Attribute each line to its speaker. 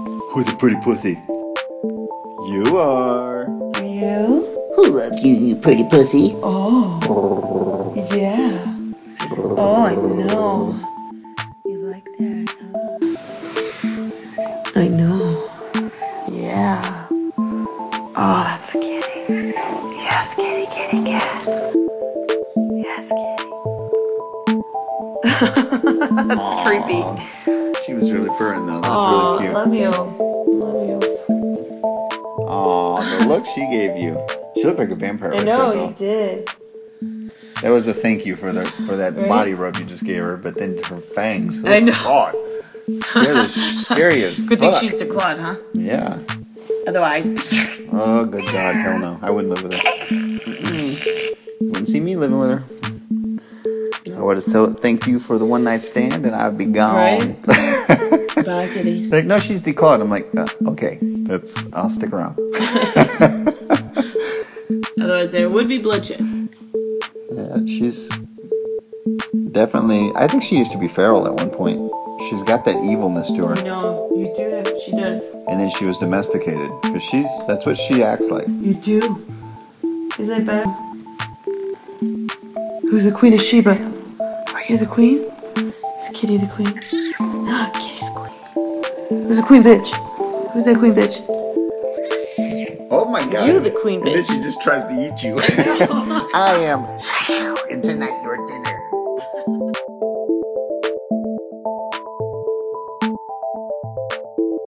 Speaker 1: Who the pretty pussy? You are.
Speaker 2: You?
Speaker 3: Who loves you, you pretty pussy?
Speaker 2: Oh, yeah. Oh, I know. You like that, huh? I know. Yeah. Oh, that's a kitty. Yes, kitty, kitty, cat. Yes, kitty. that's creepy.
Speaker 1: She was really purring though. That's
Speaker 2: Oh,
Speaker 1: really cute.
Speaker 2: love you. Love you.
Speaker 1: Aw, the look she gave you. She looked like a vampire.
Speaker 2: I
Speaker 1: right
Speaker 2: know,
Speaker 1: there, though.
Speaker 2: you did.
Speaker 1: That was a thank you for the for that
Speaker 2: Right?
Speaker 1: body rub you just gave her, but then her fangs.
Speaker 2: I know.
Speaker 1: God. Scary, as- scary as
Speaker 2: Good
Speaker 1: fuck.
Speaker 2: thing she's declawed, huh?
Speaker 1: yeah.
Speaker 2: Otherwise,
Speaker 1: Oh, good God. Hell no. I wouldn't live with her. Mm-mm. Wouldn't see me living with her. I would have told, thank you for the one night stand, and I'd be gone.
Speaker 2: bye, kitty.
Speaker 1: like, no, she's declawed. I'm like, uh, okay, that's. I'll stick around.
Speaker 2: Otherwise, there would be bloodshed.
Speaker 1: Yeah, she's definitely. I think she used to be feral at one point. She's got that evilness to her.
Speaker 2: No, you do have. She does.
Speaker 1: and then she was domesticated because she's that's what she acts like.
Speaker 2: You do. Is that better? Who's the Queen of Sheba? Are you the Queen? Is Kitty the Queen? Kitty's the Queen. Who's the Queen bitch? Who's that Queen bitch?
Speaker 1: Oh my god!
Speaker 2: You the queen
Speaker 1: And then
Speaker 2: bitch.
Speaker 1: she just tries to eat you. I am. And tonight your dinner.